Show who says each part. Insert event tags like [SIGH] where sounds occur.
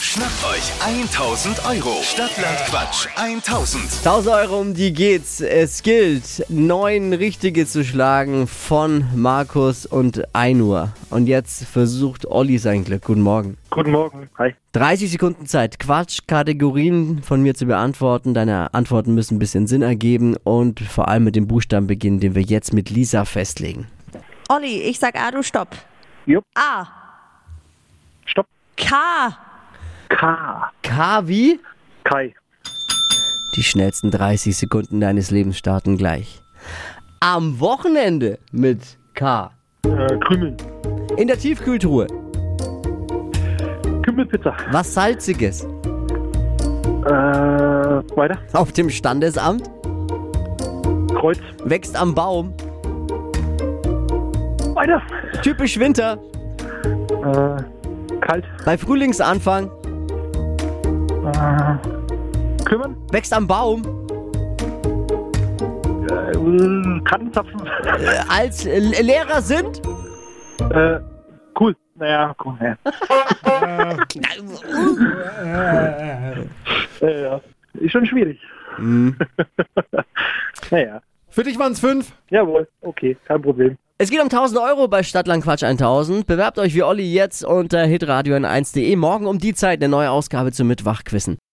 Speaker 1: Schnappt euch 1000 Euro. Stadtland Quatsch 1000.
Speaker 2: 1000 Euro, um die geht's. Es gilt, neun Richtige zu schlagen von Markus und Einur. Und jetzt versucht Olli sein Glück. Guten Morgen.
Speaker 3: Guten Morgen. Hi.
Speaker 2: 30 Sekunden Zeit, Quatschkategorien von mir zu beantworten. Deine Antworten müssen ein bisschen Sinn ergeben und vor allem mit dem Buchstaben beginnen, den wir jetzt mit Lisa festlegen.
Speaker 4: Olli, ich sag A, du stopp.
Speaker 3: Jupp.
Speaker 4: A.
Speaker 3: Stopp.
Speaker 4: K.
Speaker 3: K.
Speaker 2: K wie?
Speaker 3: Kai.
Speaker 2: Die schnellsten 30 Sekunden deines Lebens starten gleich. Am Wochenende mit K.
Speaker 3: Äh, Krümeln.
Speaker 2: In der Tiefkühltruhe.
Speaker 3: Kümmelpizza.
Speaker 2: Was Salziges.
Speaker 3: Äh, weiter.
Speaker 2: Auf dem Standesamt.
Speaker 3: Kreuz.
Speaker 2: Wächst am Baum.
Speaker 3: Weiter.
Speaker 2: Typisch Winter.
Speaker 3: Äh, kalt.
Speaker 2: Bei Frühlingsanfang.
Speaker 3: Äh, kümmern.
Speaker 2: Wächst am Baum.
Speaker 3: Äh, äh, Krankenzapfen.
Speaker 2: Äh, Als äh, Lehrer sind.
Speaker 3: [LAUGHS] Äh, cool. Naja, cool. Ja.
Speaker 5: äh,
Speaker 3: äh, [LAUGHS] ja. Ist schon schwierig. [LAUGHS] naja.
Speaker 5: Mhm. Für dich waren es fünf.
Speaker 3: Jawohl. Okay, kein Problem.
Speaker 2: Es geht um 1000 Euro bei Stadtlandquatsch 1000. Bewerbt euch wie Olli jetzt unter hitradio1.de. Morgen um die Zeit eine neue Ausgabe zum Mitwachquissen.